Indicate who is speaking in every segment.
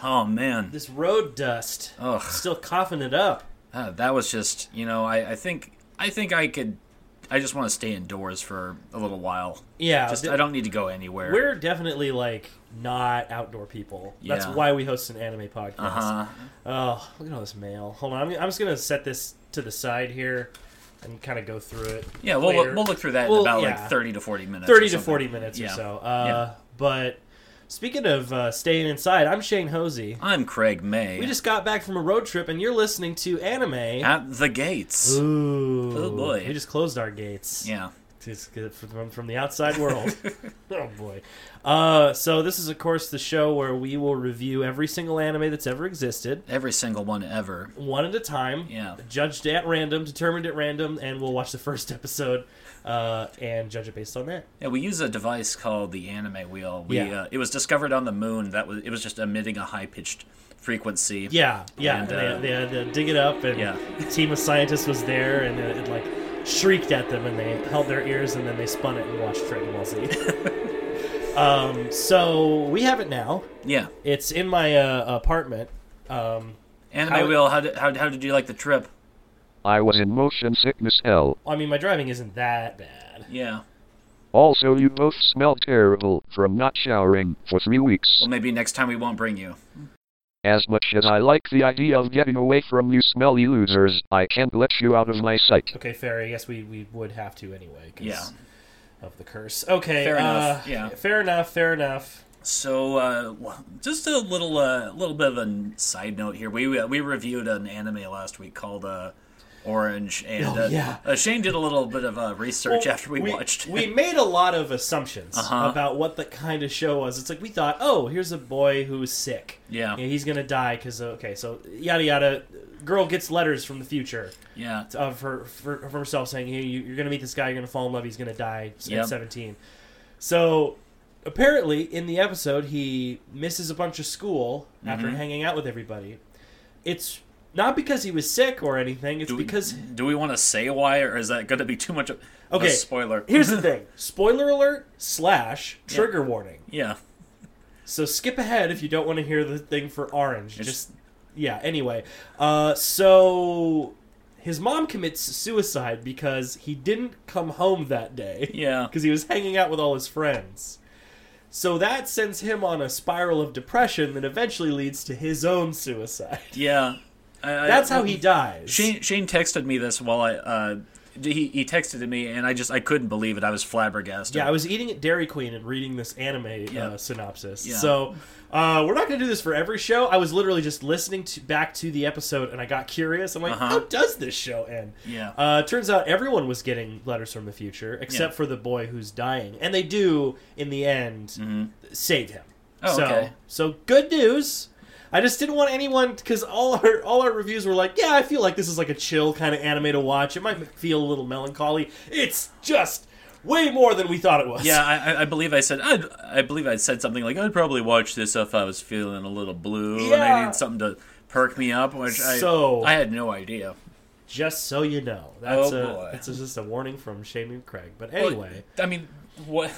Speaker 1: Oh man,
Speaker 2: This road dust.
Speaker 1: Ugh.
Speaker 2: Still coughing it up.
Speaker 1: Uh, that was just you know I, I think I think I could I just want to stay indoors for a little while.
Speaker 2: Yeah.
Speaker 1: Just
Speaker 2: th-
Speaker 1: I don't need to go anywhere.
Speaker 2: we're definitely like not outdoor people. That's
Speaker 1: Yeah.
Speaker 2: why we host an anime podcast.
Speaker 1: Uh huh.
Speaker 2: Oh, look at all this mail. Hold on. I'm, I'm just going to set this to the side here and kind of go through it.
Speaker 1: Yeah, we'll
Speaker 2: later.
Speaker 1: we'll look through that
Speaker 2: Well,
Speaker 1: in about
Speaker 2: yeah.
Speaker 1: like thirty to forty minutes. or
Speaker 2: 30 to
Speaker 1: something.
Speaker 2: 40 minutes
Speaker 1: Yeah.
Speaker 2: or so. Uh, But speaking of uh, staying inside, I'm Shane Hosey.
Speaker 1: I'm Craig May.
Speaker 2: We just got back from a road trip, and you're listening to anime.
Speaker 1: at the gates.
Speaker 2: Ooh.
Speaker 1: Oh, boy.
Speaker 2: We just closed our gates.
Speaker 1: Yeah.
Speaker 2: It's good from, from the outside world. oh boy. Uh, so this is of course the show where we will review every single anime that's ever existed,
Speaker 1: Every single one ever.
Speaker 2: one at a time.
Speaker 1: Yeah.
Speaker 2: Judged at random, determined at random, and we'll watch the first episode uh, and judge it based on that.
Speaker 1: Yeah, we use a device called the anime wheel. We,
Speaker 2: Yeah.
Speaker 1: uh, it was discovered on the moon that was it was just emitting a high pitched frequency.
Speaker 2: Yeah, yeah.
Speaker 1: And,
Speaker 2: and
Speaker 1: uh,
Speaker 2: they, they had to dig it up, and
Speaker 1: Yeah.
Speaker 2: a team of scientists was there, and it, it like shrieked at them, and they held their ears, and then they spun it and watched Dragon Ball Z. um, so we have it now.
Speaker 1: Yeah.
Speaker 2: It's in my uh, apartment. Um,
Speaker 1: Anime
Speaker 2: How-
Speaker 1: wheel. How did, how, how did you like the trip?
Speaker 3: I was in motion sickness hell.
Speaker 2: I mean, my driving isn't that bad.
Speaker 1: Yeah.
Speaker 3: Also, you both smell terrible from not showering for three weeks.
Speaker 1: Well, maybe next time we won't bring you.
Speaker 3: As much as I like the idea of getting away from you smelly losers, I can't let you out of my sight.
Speaker 2: Okay, fair. I guess we, we would have to anyway. 'cause
Speaker 1: Yeah.
Speaker 2: Of the curse. Okay.
Speaker 1: Fair enough,
Speaker 2: uh,
Speaker 1: yeah.
Speaker 2: Fair enough. Fair enough.
Speaker 1: So, uh, well, just a little, uh, little bit of a n- side note here. We uh, we reviewed an anime last week called uh, Orange, and
Speaker 2: Oh,
Speaker 1: uh,
Speaker 2: yeah.
Speaker 1: uh, Shane did a little bit of uh, research after we, watched.
Speaker 2: we made a lot of assumptions
Speaker 1: Uh-huh.
Speaker 2: about what the kind of show was. It's like we thought, oh, here's a boy who's sick.
Speaker 1: Yeah.
Speaker 2: Yeah, he's gonna die because okay, so yada yada. Girl gets letters from the future
Speaker 1: yeah,
Speaker 2: of her for, of herself saying, "Hey, you, you're gonna meet this guy. You're gonna fall in love. He's gonna die
Speaker 1: Yep.
Speaker 2: at 17." So apparently, in the episode, he misses a bunch of school
Speaker 1: Mm-hmm.
Speaker 2: after hanging out with everybody. It's not because he was sick or anything. It's
Speaker 1: Do we-
Speaker 2: because
Speaker 1: do we want to say why, or is that going to be too much of of
Speaker 2: Okay.
Speaker 1: a spoiler?
Speaker 2: here's the thing: spoiler alert slash trigger warning.
Speaker 1: yeah,
Speaker 2: So skip ahead if you don't want to hear the thing for Orange. Just yeah. Anyway, uh, so his mom commits suicide because he didn't come home that day.
Speaker 1: yeah,
Speaker 2: because he was hanging out with all his friends. So that sends him on a spiral of depression that eventually leads to his own suicide.
Speaker 1: yeah. I, I-
Speaker 2: That's how he dies.
Speaker 1: Shane Shane texted me this while I uh, he he texted me, and I just I couldn't believe it. I was flabbergasted.
Speaker 2: yeah, I was eating at Dairy Queen and reading this anime
Speaker 1: Yeah.
Speaker 2: uh, synopsis.
Speaker 1: Yeah.
Speaker 2: So uh, we're not going to do this for every show. I was literally just listening to back to the episode and I got curious. I'm like,
Speaker 1: Uh-huh.
Speaker 2: how does this show end?
Speaker 1: Yeah.
Speaker 2: Uh, turns out everyone was getting letters from the future except
Speaker 1: Yeah.
Speaker 2: for the boy who's dying, and they do in the end save him.
Speaker 1: Mm-hmm. Oh,
Speaker 2: so,
Speaker 1: okay.
Speaker 2: so good news. I just didn't want anyone because all our all our reviews were like, yeah, I feel like this is like a chill kind of anime to watch. It might feel a little melancholy. It's just way more than we thought it was.
Speaker 1: Yeah, I, I- I believe I said I'd, I believe I said something like I'd probably watch this if I was feeling a little blue and I
Speaker 2: Yeah.
Speaker 1: needed something to perk me up, which
Speaker 2: So-
Speaker 1: I I had no idea.
Speaker 2: Just so you know, that's
Speaker 1: Oh,
Speaker 2: a
Speaker 1: boy.
Speaker 2: that's just a warning from Shaming Craig. But anyway,
Speaker 1: I mean, what?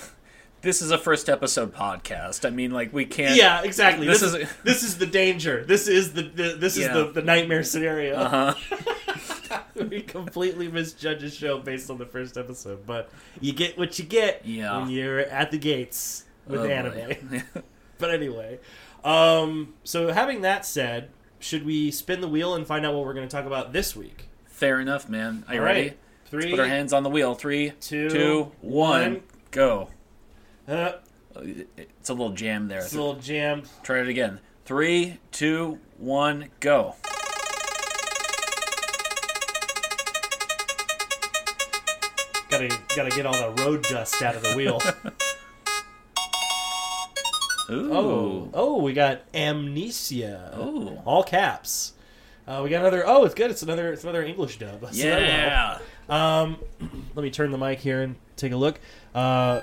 Speaker 1: This is a first episode podcast. I mean, like we can't.
Speaker 2: yeah, exactly.
Speaker 1: This
Speaker 2: This, is
Speaker 1: is-
Speaker 2: this is the danger. This is the, the this
Speaker 1: Yeah.
Speaker 2: is the, the nightmare scenario.
Speaker 1: Uh,
Speaker 2: we completely misjudge a show based on the first episode, but you get what you get
Speaker 1: Yeah.
Speaker 2: when you're at the gates with
Speaker 1: oh, boy.
Speaker 2: anime. but anyway, um, so having that said, should we spin the wheel and find out what we're going to talk about this week?
Speaker 1: Fair enough, man. Are you
Speaker 2: All
Speaker 1: ready?
Speaker 2: right, three.
Speaker 1: Put our hands on the wheel. Three,
Speaker 2: Two,
Speaker 1: two, one,
Speaker 2: one.
Speaker 1: go.
Speaker 2: Uh,
Speaker 1: It's a little jam there.
Speaker 2: it's a little jammed.
Speaker 1: Try it again. Three, two, one, go.
Speaker 2: Gotta gotta get all the road dust out of the wheel.
Speaker 1: Ooh.
Speaker 2: oh, oh, we got amnesia.
Speaker 1: Ooh.
Speaker 2: all caps. Uh, we got another. Oh, it's good. It's another. It's another English dub. So that will-
Speaker 1: Yeah.
Speaker 2: Um, let me turn the mic here and take a look. Uh,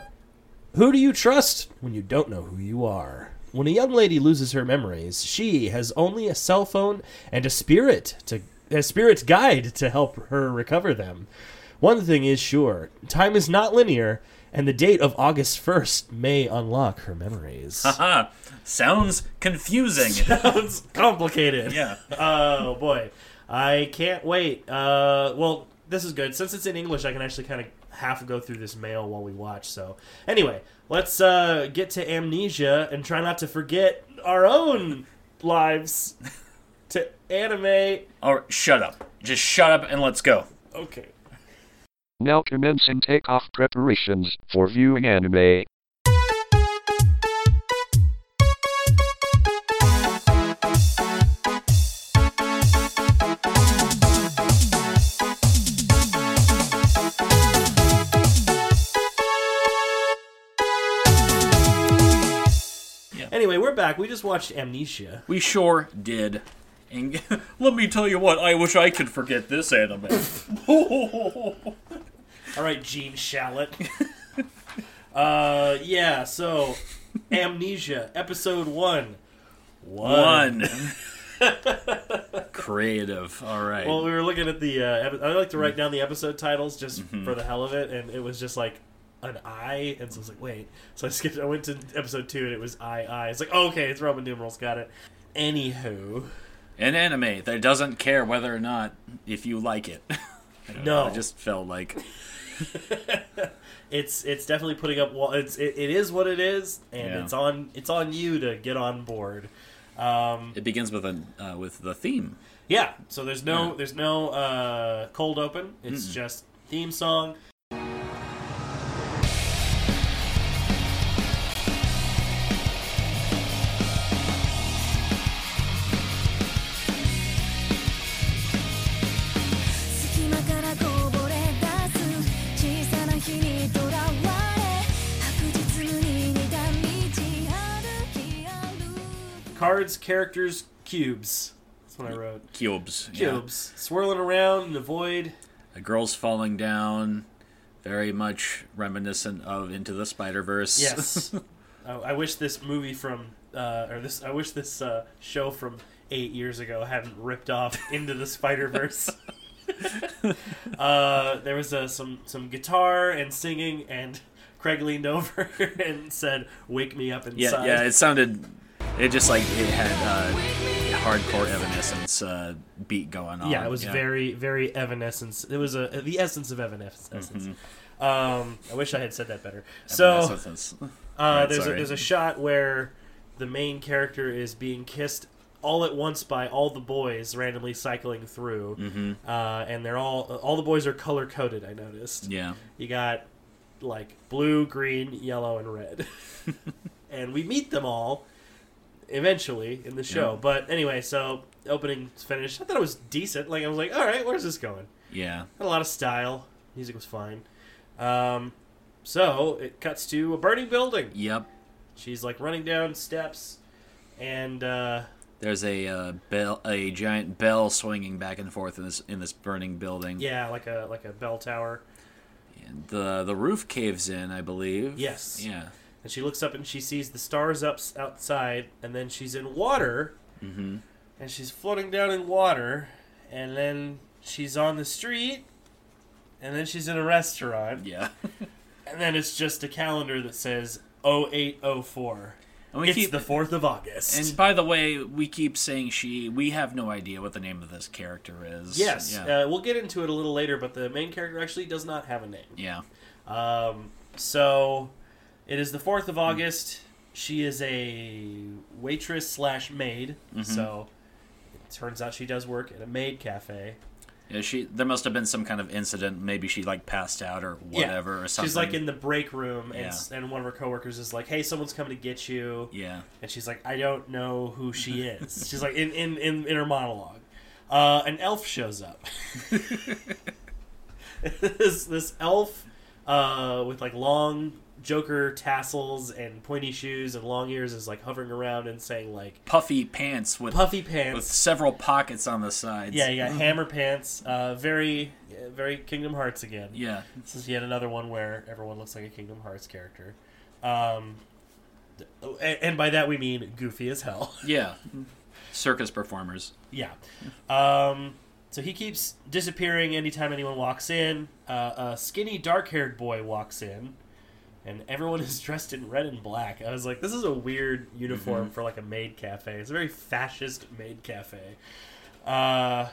Speaker 2: who do you trust when you don't know who you are? When a young lady loses her memories, she has only a cell phone and a spirit to a spirit guide to help her recover them. One thing is sure: time is not linear, and the date of August 1st may unlock her memories.
Speaker 1: Haha. Sounds confusing.
Speaker 2: Sounds complicated.
Speaker 1: yeah.
Speaker 2: Oh boy, I can't wait. Uh, well, this is good since it's in English. I can actually kind of half go through this mail while we watch. So anyway, let's uh, get to Amnesia and try not to forget our own lives to anime.
Speaker 1: All right, shut up. Just shut up and let's go.
Speaker 2: Okay.
Speaker 3: Now commencing takeoff preparations for viewing anime.
Speaker 2: Anyway, we're back. We just watched Amnesia.
Speaker 1: We sure did. And let me tell you what, I wish I could forget this anime.
Speaker 2: All right, Gene Shalit. uh, yeah. So, Amnesia, episode one.
Speaker 1: One. Creative. All right.
Speaker 2: Well, we were looking at the. Uh, epi- I like to write down the episode titles just
Speaker 1: Mm-hmm.
Speaker 2: for the hell of it, and it was just like an I, and so I was like, wait. So I skipped. I went to episode two, and it was I I. It's like oh, okay, it's Roman numerals. Got it. Anywho,
Speaker 1: An anime that doesn't care whether or not if you like it. I don't know,
Speaker 2: No.
Speaker 1: I just felt like
Speaker 2: it's it's definitely putting up. Well, it's it, it is what it is, and
Speaker 1: Yeah.
Speaker 2: it's on it's on you to get on board. Um,
Speaker 1: it begins with an uh, with the theme.
Speaker 2: yeah. So there's no
Speaker 1: Yeah.
Speaker 2: there's no uh, cold open. It's just theme song.
Speaker 4: 「隙間からこぼれ出す小さな日にとらわれ」「白日に似た道歩き歩き」
Speaker 2: Cards, characters, cubes. That's what I wrote.
Speaker 1: Cubes. yeah.
Speaker 2: cubes swirling around in the void.
Speaker 1: The girls falling down, very much reminiscent of Into the Spider Verse.
Speaker 2: Yes, I, I wish this movie from uh, or this I wish this uh, show from eight years ago hadn't ripped off into the Spider Verse. uh, there was uh, some some guitar and singing, and Craig leaned over and said, "Wake me up
Speaker 1: yeah,
Speaker 2: inside."
Speaker 1: yeah. It sounded, it just like it had uh, hardcore Evanescence uh, beat going on.
Speaker 2: Yeah, it was very, very Evanescence. It was a the essence of Evanescence. Um, I wish I had said that better. So,
Speaker 1: Mm-hmm. Evanescence.
Speaker 2: Uh,
Speaker 1: Right,
Speaker 2: there's a,
Speaker 1: sorry.
Speaker 2: there's a shot where the main character is being kissed all at once by all the boys randomly cycling through,
Speaker 1: Mm-hmm.
Speaker 2: uh, and they're all all the boys are color coded. I noticed.
Speaker 1: yeah.
Speaker 2: You got like blue, green, yellow, and red, and we meet them all eventually in the show.
Speaker 1: Yeah.
Speaker 2: But anyway, so opening finish, I thought it was decent. Like I was like, all right, where's this going?
Speaker 1: Yeah.
Speaker 2: Had a lot of style. Music was fine. Um, so it cuts to a burning building.
Speaker 1: Yep.
Speaker 2: She's like running down steps, and uh,
Speaker 1: There's a uh, bell, a giant bell swinging back and forth in this in this burning building.
Speaker 2: yeah, like a like a bell tower.
Speaker 1: And the the roof caves in, I believe.
Speaker 2: Yes.
Speaker 1: Yeah.
Speaker 2: And she looks up and she sees the stars up s- outside, and then she's in water, mm-hmm. and she's floating down in water, and then she's on the street, and then she's in a restaurant,
Speaker 1: Yeah.
Speaker 2: and then it's just a calendar that says 0804.
Speaker 1: And we
Speaker 2: It's
Speaker 1: keep
Speaker 2: the fourth of August.
Speaker 1: And by the way, we keep saying she. We have no idea what the name of this character is.
Speaker 2: yes,
Speaker 1: Yeah.
Speaker 2: uh, we'll get into it a little later, but the main character actually does not have a name.
Speaker 1: yeah.
Speaker 2: Um, so it is the fourth of August. She is a waitress slash maid.
Speaker 1: Mm-hmm.
Speaker 2: So it turns out she does work at a maid cafe.
Speaker 1: Yeah, She. There must have been some kind of incident. Maybe she like passed out or whatever or something.
Speaker 2: She's like in the break room, and s and one of her coworkers is like, "Hey, someone's coming to get you,"
Speaker 1: Yeah.
Speaker 2: and she's like, "I don't know who she is." she's like in in in, in her monologue. Uh, an elf shows up. this this elf uh, with like long Joker tassels and pointy shoes and long ears is like hovering around and saying like
Speaker 1: Puffy pants with
Speaker 2: puffy
Speaker 1: with
Speaker 2: pants.
Speaker 1: several pockets on the sides.
Speaker 2: Yeah, you got hammer pants. Uh, very uh, very Kingdom Hearts again.
Speaker 1: Yeah.
Speaker 2: This is yet another one where everyone looks like a Kingdom Hearts character. Um, th- oh, and, and by that we mean goofy as hell.
Speaker 1: Yeah. Circus performers.
Speaker 2: Yeah. Um, so he keeps disappearing anytime anyone walks in. Uh, a skinny, dark haired boy walks in and everyone is dressed in red and black. I was like, this is a weird uniform for like a maid cafe. It's a very fascist maid cafe. Uh,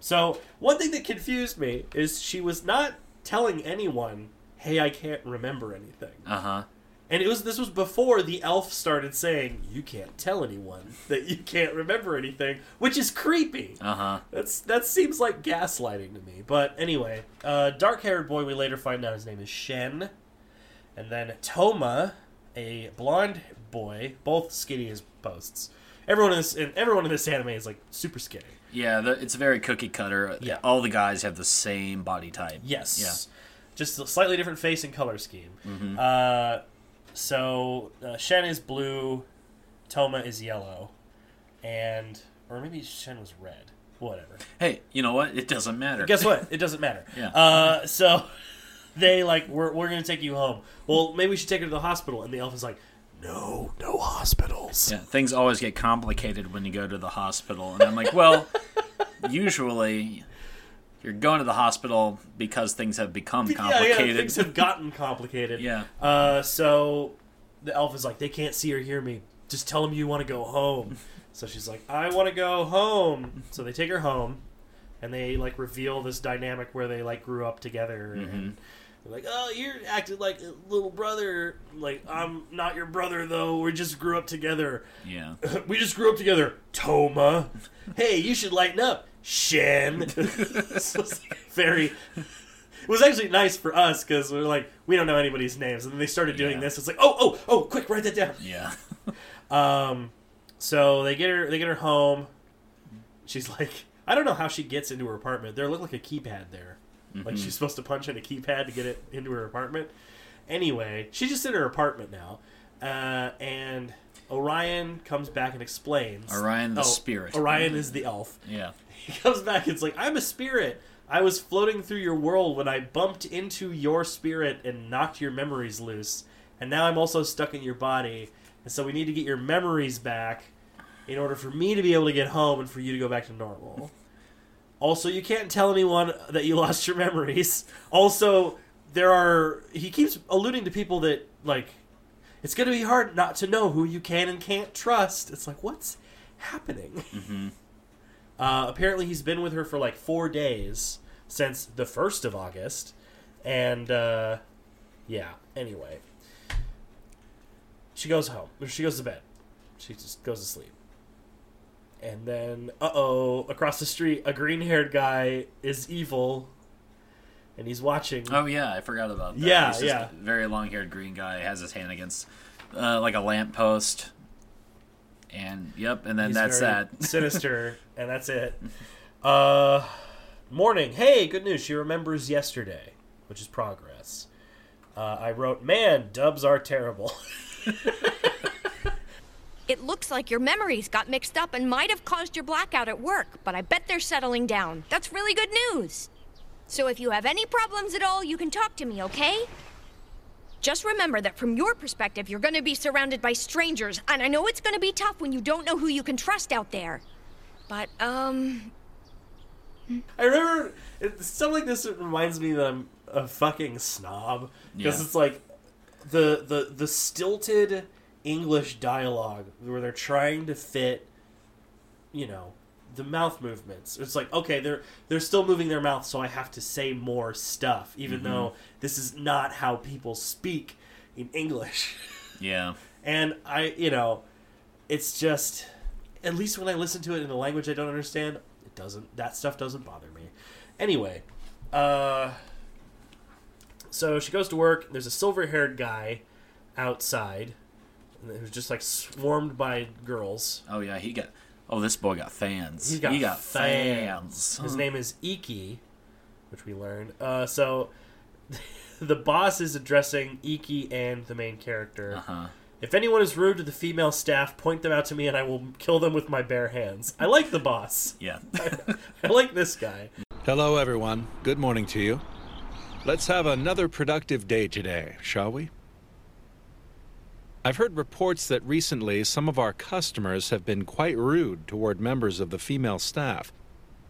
Speaker 2: so one thing that confused me is she was not telling anyone, "Hey, I can't remember anything."
Speaker 1: Uh huh.
Speaker 2: And it was this was before the elf started saying, "You can't tell anyone that you can't remember anything," which is creepy.
Speaker 1: Uh huh.
Speaker 2: That's that seems like gaslighting to me. But anyway, uh, dark-haired boy. We later find out his name is Shen, and then Toma, a blonde boy, both skinny as posts. Everyone in this and everyone in this anime is like super skinny.
Speaker 1: Yeah, the, it's very cookie cutter.
Speaker 2: Yeah.
Speaker 1: All the guys have the same body type.
Speaker 2: Yes. Just a slightly different face and color scheme.
Speaker 1: Mm-hmm.
Speaker 2: Uh, so uh, Shen is blue, Toma is yellow, and or maybe Shen was red. Whatever.
Speaker 1: Yeah. Hey, you know what? It doesn't matter.
Speaker 2: Guess what? It doesn't matter.
Speaker 1: Yeah.
Speaker 2: Uh, so they like we're we're gonna take you home. Well, maybe we should take her to the hospital. And the elf is like, no, no hospitals.
Speaker 1: Yeah, things always get complicated when you go to the hospital. And I'm like, well, usually you're going to the hospital because things have become
Speaker 2: Yeah, yeah,
Speaker 1: complicated.
Speaker 2: things have gotten complicated.
Speaker 1: Yeah.
Speaker 2: Uh, so the elf is like, they can't see or hear me. Just tell them you want to go home. So she's like, I want to go home. So they take her home, and they like reveal this dynamic where they like grew up together. And they're like, oh, you're acting like a little brother. Like I'm not your brother though. We just grew up together.
Speaker 1: yeah.
Speaker 2: we just grew up together, Toma. Hey, you should lighten up, Shen. this was very. It was actually nice for us because we are like, we don't know anybody's names, and then they started doing
Speaker 1: Yeah.
Speaker 2: this. It's like, oh, oh, oh, quick, write that down.
Speaker 1: Yeah.
Speaker 2: Um, so they get her, they get her home. She's like, I don't know how she gets into her apartment. There looked like a keypad there, like
Speaker 1: Mm-hmm.
Speaker 2: she's supposed to punch in a keypad to get it into her apartment. Anyway, she's just in her apartment now, uh, and Orion comes back and explains. Oh,
Speaker 1: Orion the spirit. Mm-hmm.
Speaker 2: Orion is the elf.
Speaker 1: Yeah.
Speaker 2: He comes back. It's like I'm a spirit. I was floating through your world when I bumped into your spirit and knocked your memories loose, and now I'm also stuck in your body. And so we need to get your memories back in order for me to be able to get home and for you to go back to normal. Also, you can't tell anyone that you lost your memories. Also, there are he keeps alluding to people that like it's going to be hard not to know who you can and can't trust. It's like what's happening? Uh, apparently, he's been with her for like four days since the 1st of August. And, uh, yeah, anyway. She goes home. She goes to bed. She just goes to sleep. And then, uh oh, across the street, a green haired guy is evil. And he's watching.
Speaker 1: Oh yeah, I forgot about that.
Speaker 2: Yeah,
Speaker 1: He's just
Speaker 2: yeah.
Speaker 1: a Very long-haired green guy has his hand against uh, like a lamppost. And yep, and then
Speaker 2: He's
Speaker 1: that's
Speaker 2: very
Speaker 1: that.
Speaker 2: sinister, and that's it. Uh, morning. Hey, good news. She remembers yesterday, which is progress. Uh, I wrote, man, dubs are terrible.
Speaker 5: It looks like your memories got mixed up and might have caused your blackout at work, but I bet they're settling down. That's really good news. So if you have any problems at all, you can talk to me, okay? Just remember that from your perspective, you're gonna be surrounded by strangers, and I know it's gonna be tough when you don't know who you can trust out there. But, um,
Speaker 2: I remember it, stuff like this reminds me that I'm a fucking snob because
Speaker 1: Yeah.
Speaker 2: it's like the the the stilted English dialogue where they're trying to fit, you know, the mouth movements. It's like okay, they're they're still moving their mouth, so I have to say more stuff, even though this is not how people speak in English.
Speaker 1: yeah.
Speaker 2: And I, you know, it's just at least when I listen to it in a language I don't understand, it doesn't that stuff doesn't bother me. Anyway, uh so she goes to work, there's a silver-haired guy outside who's just like swarmed by girls.
Speaker 1: Oh yeah, he got Oh, this boy got fans.
Speaker 2: He's got
Speaker 1: he got
Speaker 2: fans.
Speaker 1: fans.
Speaker 2: His name is Iki, which we learned. Uh so the boss is addressing Iki and the main character.
Speaker 1: Uh-huh.
Speaker 2: If anyone is rude to the female staff, point them out to me and I will kill them with my bare hands. I like the boss.
Speaker 1: Yeah.
Speaker 2: I like this guy.
Speaker 6: Hello, everyone. Good morning to you. Let's have another productive day today, shall we? I've heard reports that recently some of our customers have been quite rude toward members of the female staff.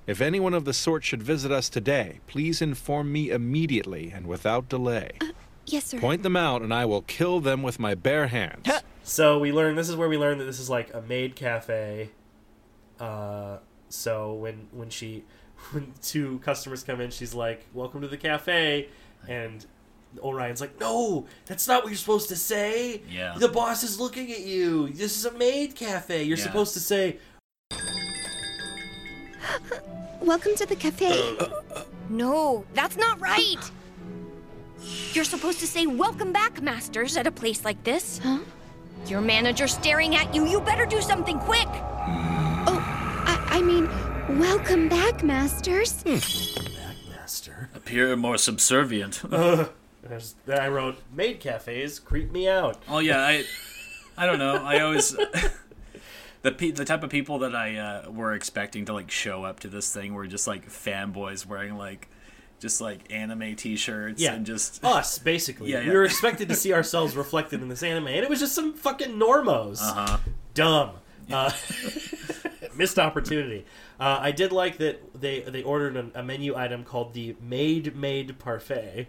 Speaker 6: If anyone of the sort should visit us today, please inform me immediately and without delay.
Speaker 4: Yes, sir.
Speaker 6: Point them out, and I will kill them with my bare hands.
Speaker 2: So we learn this is where we learn that this is like a maid cafe. Uh, so when when she when two customers come in, she's like, "Welcome to the cafe," and Orion's like, "No, that's not what you're supposed to say.
Speaker 1: Yeah.
Speaker 2: the boss is looking at you. This is a maid cafe. You're
Speaker 1: Yeah.
Speaker 2: supposed to say."
Speaker 4: Welcome to the cafe.
Speaker 5: No, that's not right. You're supposed to say welcome back, masters, at a place like this.
Speaker 4: Huh?
Speaker 5: Your manager's staring at you. You better do something quick.
Speaker 4: Oh, I, I mean, welcome back, masters.
Speaker 2: Master.
Speaker 1: Appear more subservient.
Speaker 2: And I, just, then I wrote, "Maid cafes creep me out."
Speaker 1: Oh yeah, I, I don't know. I always the pe- the type of people that I uh, were expecting to like show up to this thing were just like fanboys wearing like just like anime T-shirts
Speaker 2: Yeah,
Speaker 1: and just
Speaker 2: us basically.
Speaker 1: Yeah, yeah.
Speaker 2: We were expected to see ourselves reflected in this anime, and it was just some fucking normos. Uh-huh. Dumb. Uh, missed opportunity. Uh, I did like that they they ordered an, a menu item called the Maid Made Parfait.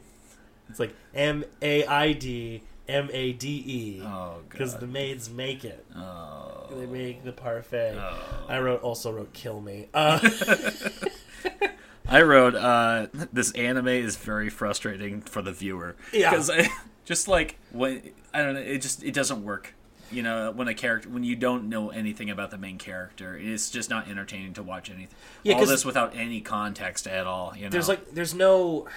Speaker 2: It's like M A I D M A D E.
Speaker 1: Oh,
Speaker 2: because
Speaker 1: God. Oh.
Speaker 2: the maids make it. They make the parfait. I wrote also wrote kill me. Uh,
Speaker 1: I wrote uh, this anime is very frustrating for the viewer.
Speaker 2: Yeah.
Speaker 1: because just like when I don't know, it just it doesn't work. You know, when a character when you don't know anything about the main character, it's just not entertaining to watch anything.
Speaker 2: Yeah,
Speaker 1: all
Speaker 2: 'cause-
Speaker 1: this without any context at all. You know,
Speaker 2: there's like there's no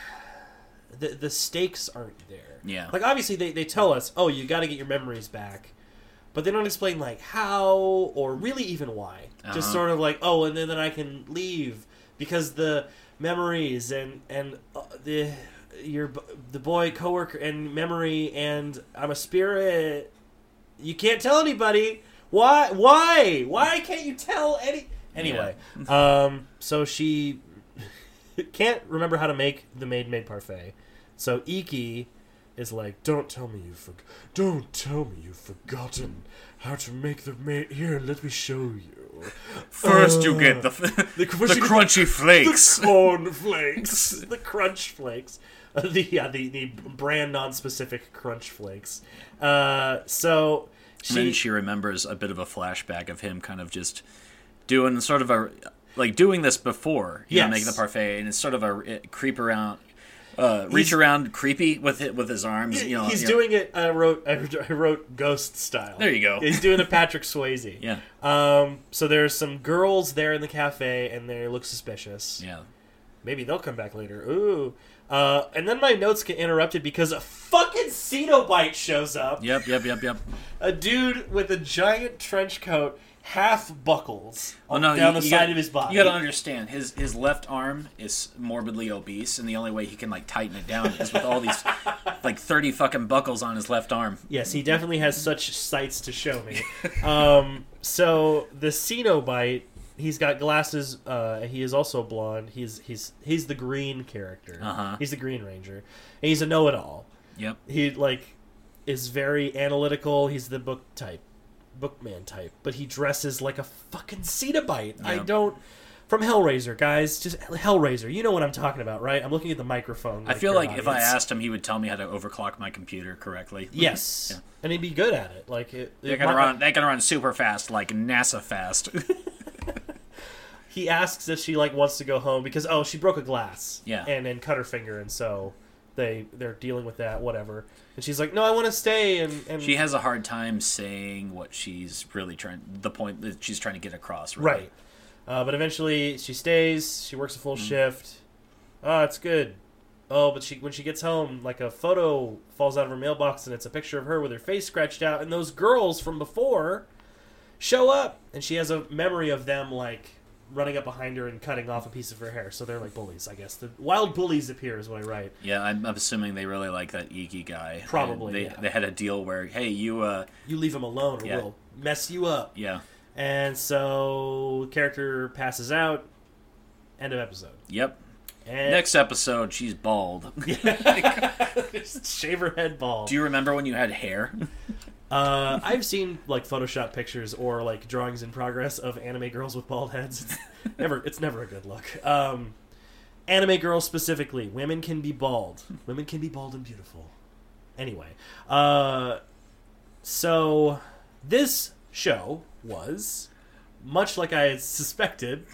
Speaker 2: the the stakes aren't there.
Speaker 1: Yeah.
Speaker 2: Like obviously they, they tell us, oh, you gotta get your memories back. But they don't explain like how or really even why.
Speaker 1: Uh-huh.
Speaker 2: Just sort of like, oh, and then, then I can leave because the memories and and uh, the your b- the boy coworker and memory and I'm a spirit. You can't tell anybody. Why? Why? Why can't you tell any? Anyway, um, so she can't remember how to make the maid made parfait. So Iki is like, "Don't tell me you for- Don't tell me you've forgotten how to make the maid. Here, let me show you
Speaker 1: First, you
Speaker 2: Uh,
Speaker 1: get the the,
Speaker 2: first you get-
Speaker 1: crunchy flakes.
Speaker 2: the corn flakes, the crunch flakes, Uh, the yeah, the the brand non-specific crunch flakes. Uh, so
Speaker 1: And then
Speaker 2: she,
Speaker 1: she remembers a bit of a flashback of him kind of just doing sort of a like doing this before, you
Speaker 2: Yes.
Speaker 1: know, making the parfait, and it's sort of a it creep around, uh, reach
Speaker 2: He's-
Speaker 1: around, creepy with it with his arms. You know,
Speaker 2: he's
Speaker 1: you know.
Speaker 2: doing it. I wrote I wrote- I wrote ghost style.
Speaker 1: There you go.
Speaker 2: He's doing a Patrick Swayze.
Speaker 1: Yeah,
Speaker 2: Um, so there's some girls there in the cafe, and they look suspicious.
Speaker 1: yeah.
Speaker 2: Maybe they'll come back later. Ooh. Uh, and then my notes get interrupted because a fucking Cenobite shows up.
Speaker 1: Yep, yep, yep, yep.
Speaker 2: A dude with a giant trench coat half buckles
Speaker 1: Oh no!
Speaker 2: down
Speaker 1: you,
Speaker 2: the
Speaker 1: you
Speaker 2: side
Speaker 1: gotta-
Speaker 2: of his body.
Speaker 1: You gotta understand his his left arm is morbidly obese, and the only way he can like tighten it down is with all these like thirty fucking buckles on his left arm.
Speaker 2: Yes, he definitely has such sights to show me. um, so the Cenobite, he's got glasses. Uh, he is also blonde. He's he's he's the green character.
Speaker 1: Uh-huh.
Speaker 2: He's the Green Ranger, and he's a know-it-all.
Speaker 1: Yep.
Speaker 2: he like is very analytical. He's the book type, bookman type, but he dresses like a fucking Cenobite. I
Speaker 1: Yeah.
Speaker 2: don't. From Hellraiser, guys, just Hellraiser. You know what I'm talking about, right? I'm looking at the microphone.
Speaker 1: I feel
Speaker 2: your
Speaker 1: like if I
Speaker 2: audience.
Speaker 1: asked him, he would tell me how to overclock my computer correctly.
Speaker 2: yes,
Speaker 1: Yeah.
Speaker 2: and he'd be good at it. Like it,
Speaker 1: They
Speaker 2: it
Speaker 1: can
Speaker 2: might-
Speaker 1: run. They can run super fast, like NASA fast.
Speaker 2: he asks if she like wants to go home because oh she broke a glass
Speaker 1: Yeah.
Speaker 2: and then cut her finger and so they they're dealing with that whatever and she's like no I want to stay and and
Speaker 1: she has a hard time saying what she's really trying. The point that she's trying to get across.
Speaker 2: Right. Uh, but eventually she stays. She works a
Speaker 1: Mm.
Speaker 2: full shift. Oh, it's good. Oh, but she when she gets home, like a photo falls out of her mailbox, and it's a picture of her with her face scratched out, and those girls from before show up, and she has a memory of them like running up behind her and cutting off a piece of her hair. So they're like bullies, I guess. The wild bullies appear is what I write.
Speaker 1: Yeah, I'm, I'm assuming they really like that Iggy guy.
Speaker 2: Probably,
Speaker 1: They,
Speaker 2: yeah.
Speaker 1: they had a deal where, hey, you, uh,
Speaker 2: You leave them alone, or
Speaker 1: Yeah.
Speaker 2: we'll mess you up.
Speaker 1: yeah,
Speaker 2: And so character passes out. End of episode.
Speaker 1: yep.
Speaker 2: And
Speaker 1: Next episode, she's bald.
Speaker 2: Just shave her head bald.
Speaker 1: Do you remember when you had hair?
Speaker 2: Uh, I've seen like Photoshop pictures or like drawings in progress of anime girls with bald heads. It's never, it's never a good look. Um, anime girls specifically, women can be bald. Women can be bald and beautiful. Anyway, uh, so this show was much like I had suspected,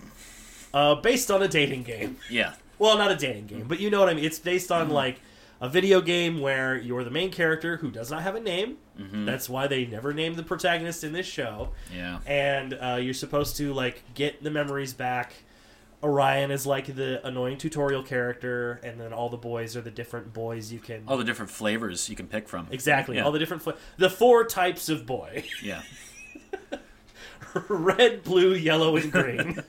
Speaker 2: uh, based on a dating game.
Speaker 1: Yeah.
Speaker 2: Well, not a dating
Speaker 1: Mm-hmm.
Speaker 2: game, but you know what I mean. It's based on like a video game where you're the main character who does not have a name. That's why they never named the protagonist in this show
Speaker 1: Mm-hmm. Yeah.
Speaker 2: and uh, you're supposed to like get the memories back. Orion is like the annoying tutorial character, and then all the boys are the different boys you can.
Speaker 1: All the different flavors you can pick from.
Speaker 2: exactly,
Speaker 1: Oh, Yeah.
Speaker 2: all the different fl- the four types of boy:
Speaker 1: Yeah.
Speaker 2: red, blue, yellow, and green.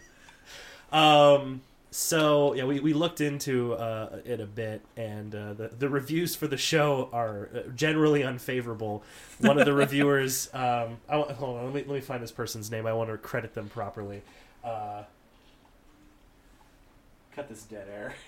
Speaker 2: um. So yeah, we, we looked into uh, it a bit, and uh, the the reviews for the show are uh, generally unfavorable. One of the reviewers, um, I, wa- hold on, let me let me find this person's name. I want to credit them properly. Uh, cut this dead air.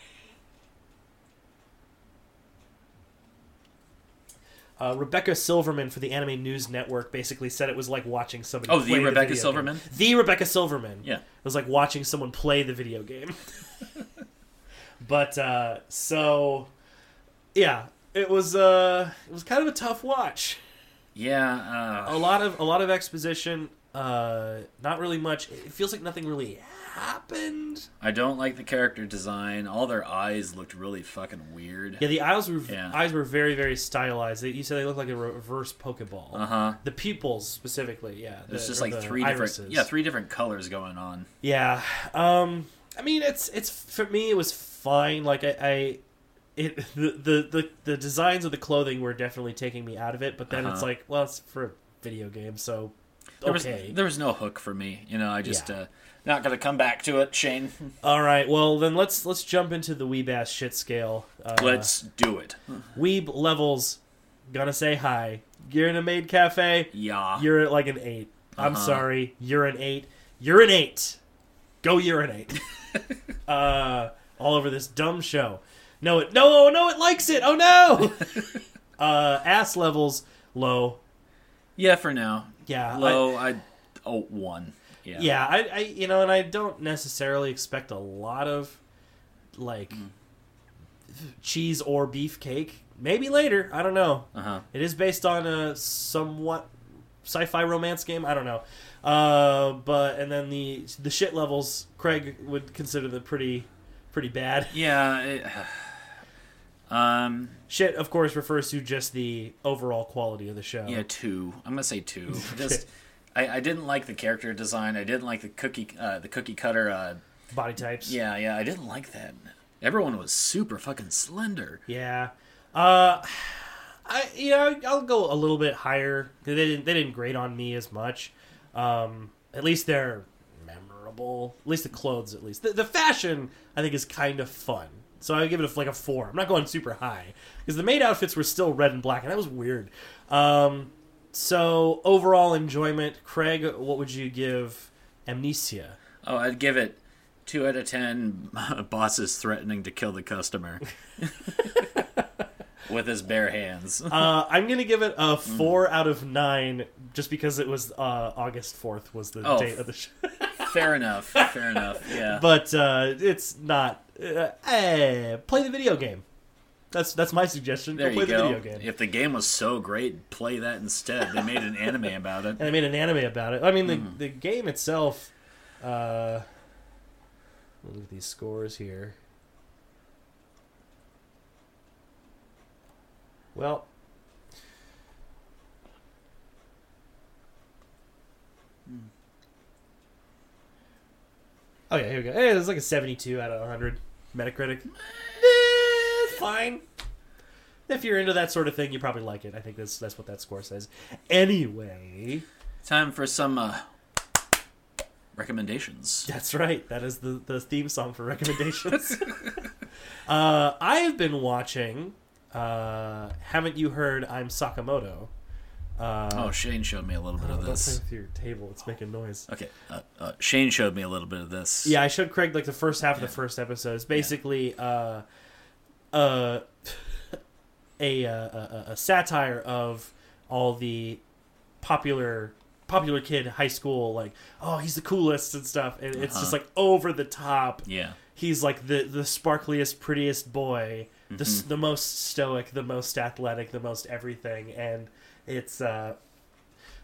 Speaker 2: Uh, Rebecca Silverman for the Anime News Network basically said it was like watching somebody.
Speaker 1: Oh, the
Speaker 2: play
Speaker 1: Rebecca
Speaker 2: video game.
Speaker 1: Silverman?
Speaker 2: The Rebecca Silverman.
Speaker 1: Yeah.
Speaker 2: It was like watching someone play the video game. but uh, so, yeah, it was uh, it was kind of a tough watch.
Speaker 1: Yeah. Uh,
Speaker 2: A lot of a lot of exposition. Uh, not really much. It feels like nothing really happened.
Speaker 1: I don't like the character design. All their eyes looked really fucking weird.
Speaker 2: Yeah, the eyes were
Speaker 1: Yeah.
Speaker 2: eyes were very very stylized. They- You said they looked like a reverse Pokeball.
Speaker 1: Uh huh.
Speaker 2: The pupils specifically, yeah.
Speaker 1: There's
Speaker 2: the-
Speaker 1: just
Speaker 2: or
Speaker 1: like
Speaker 2: the
Speaker 1: three
Speaker 2: irises.
Speaker 1: different. Yeah, three different colors going on.
Speaker 2: Yeah. Um I mean it's it's for me it was fine. Like I, I it the, the the the designs of the clothing were definitely taking me out of it, but then it's
Speaker 1: Uh-huh.
Speaker 2: like, well, it's for a video game, so
Speaker 1: There
Speaker 2: okay.
Speaker 1: was there was no hook for me. You know, I just
Speaker 2: Yeah.
Speaker 1: uh, not gonna come back to it, Shane.
Speaker 2: All right. Well, then let's let's jump into the weeb ass shit scale. Uh,
Speaker 1: Let's do it.
Speaker 2: weeb levels gonna say hi. You're in a maid cafe.
Speaker 1: Yeah.
Speaker 2: You're at like an 8. I'm
Speaker 1: Uh-huh.
Speaker 2: sorry. You're an eight. You're an eight. Go urinate. uh, all over this dumb show. No, it no oh, no it likes it. Oh no. uh, ass levels low.
Speaker 1: yeah, for now.
Speaker 2: Yeah. I-
Speaker 1: Low. I, oh one. Yeah.
Speaker 2: yeah. I, I you know, and I don't necessarily expect a lot of like
Speaker 1: Mm.
Speaker 2: cheese or beef cake. Maybe later. I don't know.
Speaker 1: Uh huh.
Speaker 2: It is based on a somewhat sci-fi romance game. I don't know, uh, but and then the the shit levels Craig would consider them pretty pretty bad.
Speaker 1: Yeah. It, um.
Speaker 2: Shit, of course, refers to just the overall quality of the show.
Speaker 1: Yeah, two. I'm gonna say two. Just, I, I didn't like the character design. I didn't like the cookie, uh, the cookie cutter. Uh,
Speaker 2: Body types.
Speaker 1: yeah, yeah, I didn't like that. Everyone was super fucking slender.
Speaker 2: Yeah. Uh, I you know I'll go a little bit higher. They didn't they didn't grade on me as much. Um, at least they're memorable. At least the clothes. At least the, the fashion I think is kind of fun. So I would give it a, like a four. I'm not going super high because the maid outfits were still red and black, and that was weird. Um, so overall enjoyment, Craig, what would you give Amnesia?
Speaker 1: Oh, I'd give it two out of ten. Bosses threatening to kill the customer with his bare hands.
Speaker 2: Uh, I'm gonna give it a four out of nine, just because it was uh, August fourth was the
Speaker 1: Oh,
Speaker 2: date of the show.
Speaker 1: fair enough. Fair enough. Yeah.
Speaker 2: but uh, it's not. Uh, eh, play the video game. That's that's my suggestion.
Speaker 1: there
Speaker 2: play
Speaker 1: you
Speaker 2: the
Speaker 1: go.
Speaker 2: video game.
Speaker 1: If the game was so great, play that instead. They made an anime about it.
Speaker 2: And I made an anime about it. I mean, the the game itself. Uh, look at these scores here. Well, oh yeah, here we go. Hey, it's like a seventy-two out of hundred Metacritic. Eh, it's fine. If you're into that sort of thing, you probably like it. I think that's that's what that score says. Anyway.
Speaker 1: Time for some uh, recommendations.
Speaker 2: That's right. That is the, the theme song for recommendations. uh, I have been watching. Uh, haven't you heard? I'm Sakamoto. Uh,
Speaker 1: Oh, Shane showed me a little bit
Speaker 2: don't
Speaker 1: of
Speaker 2: play
Speaker 1: this.
Speaker 2: with your table. It's making noise.
Speaker 1: Okay, uh, uh, Shane showed me a little bit of this.
Speaker 2: Yeah, I showed Craig like the first half of the first episode. It's basically uh, uh, a, uh, a a satire of all the popular popular kid high school like oh he's the coolest and stuff and it's just like over the top
Speaker 1: yeah,
Speaker 2: he's like the the sparkliest, prettiest boy the s the most stoic, the most athletic, the most everything, and it's uh,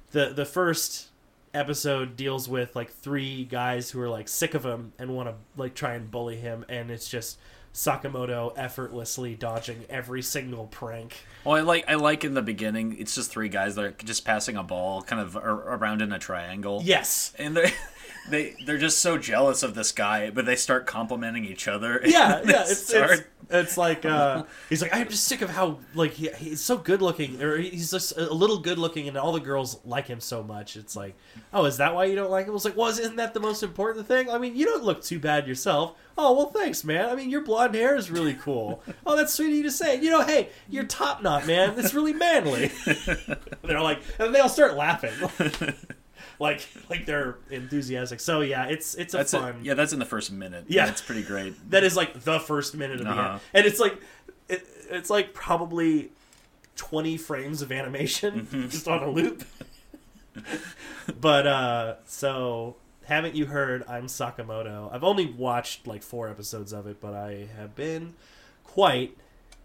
Speaker 2: the the first episode deals with like three guys who are like sick of him and want to like try and bully him, and it's just Sakamoto effortlessly dodging every single prank.
Speaker 1: Well, Oh, I like I like in the beginning. It's just three guys that are just passing a ball, kind of ar- around in a triangle.
Speaker 2: Yes.
Speaker 1: and they they they're just so jealous of this guy, but they start complimenting each other.
Speaker 2: yeah,
Speaker 1: And they
Speaker 2: yeah. It's, it's,
Speaker 1: start-
Speaker 2: it's like uh, he's like I'm just sick of how like he, he's so good looking, or he's just a little good looking, and all the girls like him so much. It's like, oh, is that why you don't like him? It's like, well, isn't that the most important thing? I mean, you don't look too bad yourself. Oh well, thanks, man. I mean, your blonde hair is really cool. oh, that's sweet of you to say. You know, hey, you're top knot, man. That's really manly. they're like, and they all start laughing. Like, like they're enthusiastic. So yeah, it's it's a
Speaker 1: that's
Speaker 2: fun.
Speaker 1: it. Yeah, that's in the first minute.
Speaker 2: Yeah.
Speaker 1: that's pretty great.
Speaker 2: That is like the first minute of the
Speaker 1: Uh-huh.
Speaker 2: end, and it's like it, it's like probably twenty frames of animation
Speaker 1: Mm-hmm.
Speaker 2: just on a loop. but uh so haven't you heard? I'm Sakamoto. I've only watched like four episodes of it, but I have been quite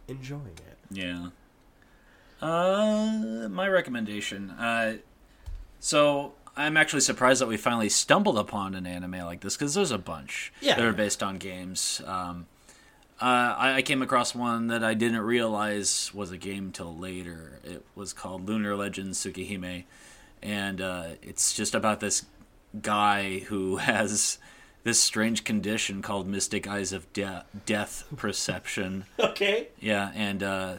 Speaker 2: enjoying it.
Speaker 1: Yeah. Uh, my recommendation. Uh, so I'm actually surprised that we finally stumbled upon an anime like this because there's a bunch
Speaker 2: Yeah.
Speaker 1: that are based on games. Um, uh, I, I came across one that I didn't realize was a game till later. It was called Lunar Legends Tsukihime, and uh, it's just about this guy who has this strange condition called Mystic Eyes of De- Death Perception.
Speaker 2: Okay.
Speaker 1: Yeah, and uh,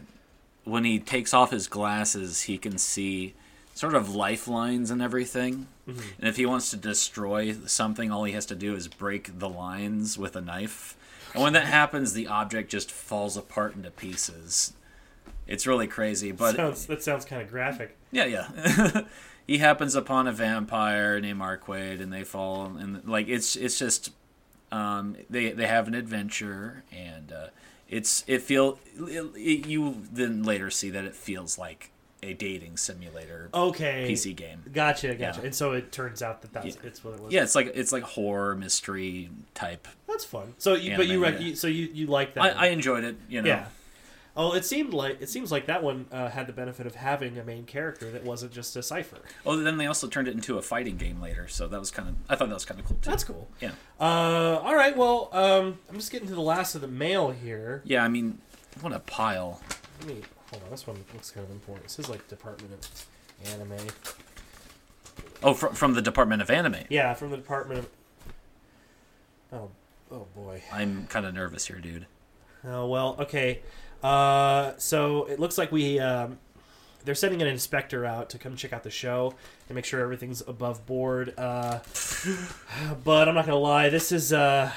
Speaker 1: when he takes off his glasses, he can see sort of lifelines and everything. And if he wants to destroy something, all he has to do is break the lines with a knife. And when that happens, the object just falls apart into pieces. It's really crazy, but
Speaker 2: Sounds, that sounds kind of graphic.
Speaker 1: yeah, yeah. he happens upon a vampire named Marquade, and they fall and like it's it's just um, they they have an adventure, and uh, it's it feel it, it- you then later see that it feels like a dating simulator
Speaker 2: Okay.
Speaker 1: PC game.
Speaker 2: Gotcha, gotcha.
Speaker 1: Yeah.
Speaker 2: And so it turns out that that's it's what it was.
Speaker 1: Yeah, it's like it's like horror mystery type.
Speaker 2: that's fun. So, you, but you,
Speaker 1: Anime,
Speaker 2: rec-
Speaker 1: yeah.
Speaker 2: you so you you like that?
Speaker 1: I,
Speaker 2: one.
Speaker 1: I enjoyed it. You know,
Speaker 2: Yeah. Oh, it seemed like it seems like that one uh, had the benefit of having a main character that wasn't just a cipher.
Speaker 1: Oh, then they also turned it into a fighting game later, so that was kind of I thought that was kind of cool too.
Speaker 2: That's cool.
Speaker 1: Yeah.
Speaker 2: Uh, all right. Well, um, I'm just getting to the last of the mail here.
Speaker 1: Yeah, I mean, what a pile.
Speaker 2: Let me hold on. This one looks kind of important. This is like Department of Anime.
Speaker 1: Oh, from from the Department of Anime.
Speaker 2: Yeah, from the Department of. Oh, oh boy.
Speaker 1: I'm kind of nervous here, dude.
Speaker 2: Oh well. Okay. Uh, so it looks like we um, they're sending an inspector out to come check out the show and make sure everything's above board. Uh, but I'm not gonna lie, this is uh,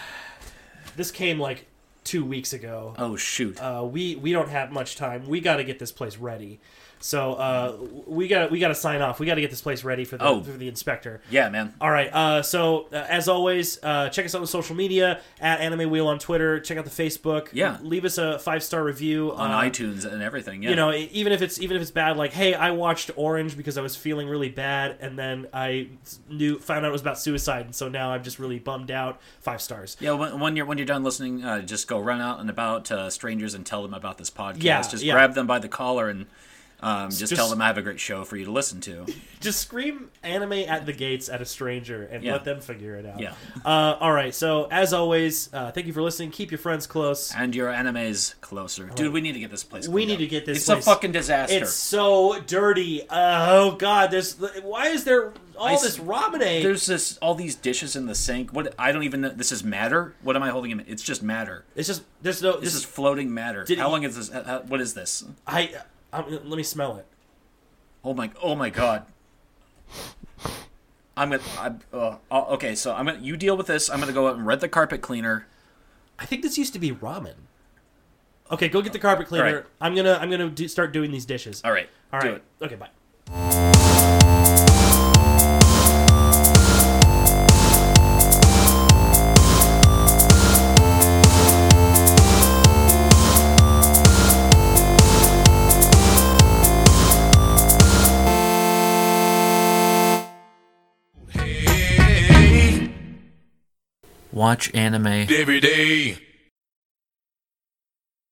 Speaker 2: this came like two weeks ago.
Speaker 1: Oh shoot!
Speaker 2: Uh, we we don't have much time. We got to get this place ready. So uh, we got to we got to sign off. We got to get this place ready for the
Speaker 1: Oh.
Speaker 2: for the inspector.
Speaker 1: yeah, man.
Speaker 2: All right. Uh, so uh, as always, uh, check us out on social media at Anime Wheel on Twitter. Check out the Facebook.
Speaker 1: Yeah.
Speaker 2: Leave us a five star review
Speaker 1: On
Speaker 2: uh,
Speaker 1: iTunes and everything. Yeah.
Speaker 2: You know, e- even if it's even if it's bad, like, hey, I watched Orange because I was feeling really bad, and then I s- knew found out it was about suicide, and so now I'm just really bummed out. Five stars.
Speaker 1: yeah. When, when you're when you're done listening, uh, just go run out and about to strangers and tell them about this podcast.
Speaker 2: Yeah,
Speaker 1: just
Speaker 2: yeah.
Speaker 1: grab them by the collar and um, just,
Speaker 2: Just-
Speaker 1: tell them I have a great show for you to listen to.
Speaker 2: Just scream anime at the gates at a stranger and
Speaker 1: Yeah.
Speaker 2: let them figure it out.
Speaker 1: Yeah.
Speaker 2: Uh, all right. So as always, uh, thank you for listening. Keep your friends close.
Speaker 1: and your animes closer, dude. We need to get this place.
Speaker 2: We
Speaker 1: cleaned
Speaker 2: need to
Speaker 1: up.
Speaker 2: get this
Speaker 1: It's
Speaker 2: place-
Speaker 1: a fucking disaster.
Speaker 2: It's so dirty. oh God, there's why is there all
Speaker 1: I s-
Speaker 2: this ramen?
Speaker 1: There's this all these dishes in the sink. What I don't even know. This is matter. What am I holding? In? It's just matter.
Speaker 2: It's just there's no. This
Speaker 1: This is floating matter.
Speaker 2: Did
Speaker 1: How
Speaker 2: it-
Speaker 1: long is this? uh, How, what is this?
Speaker 2: I. I'm, let me smell it.
Speaker 1: Oh my! Oh my God! I'm gonna. I'm, uh, uh, okay, so I'm gonna. You deal with this. I'm gonna go out and rent the carpet cleaner.
Speaker 2: I think this used to be ramen. Okay, go get the carpet cleaner.
Speaker 1: All right.
Speaker 2: I'm gonna I'm gonna do, start doing these dishes.
Speaker 1: All right.
Speaker 2: All
Speaker 1: do
Speaker 2: right.
Speaker 1: it.
Speaker 2: Okay. Bye.
Speaker 1: Watch anime.
Speaker 7: every day.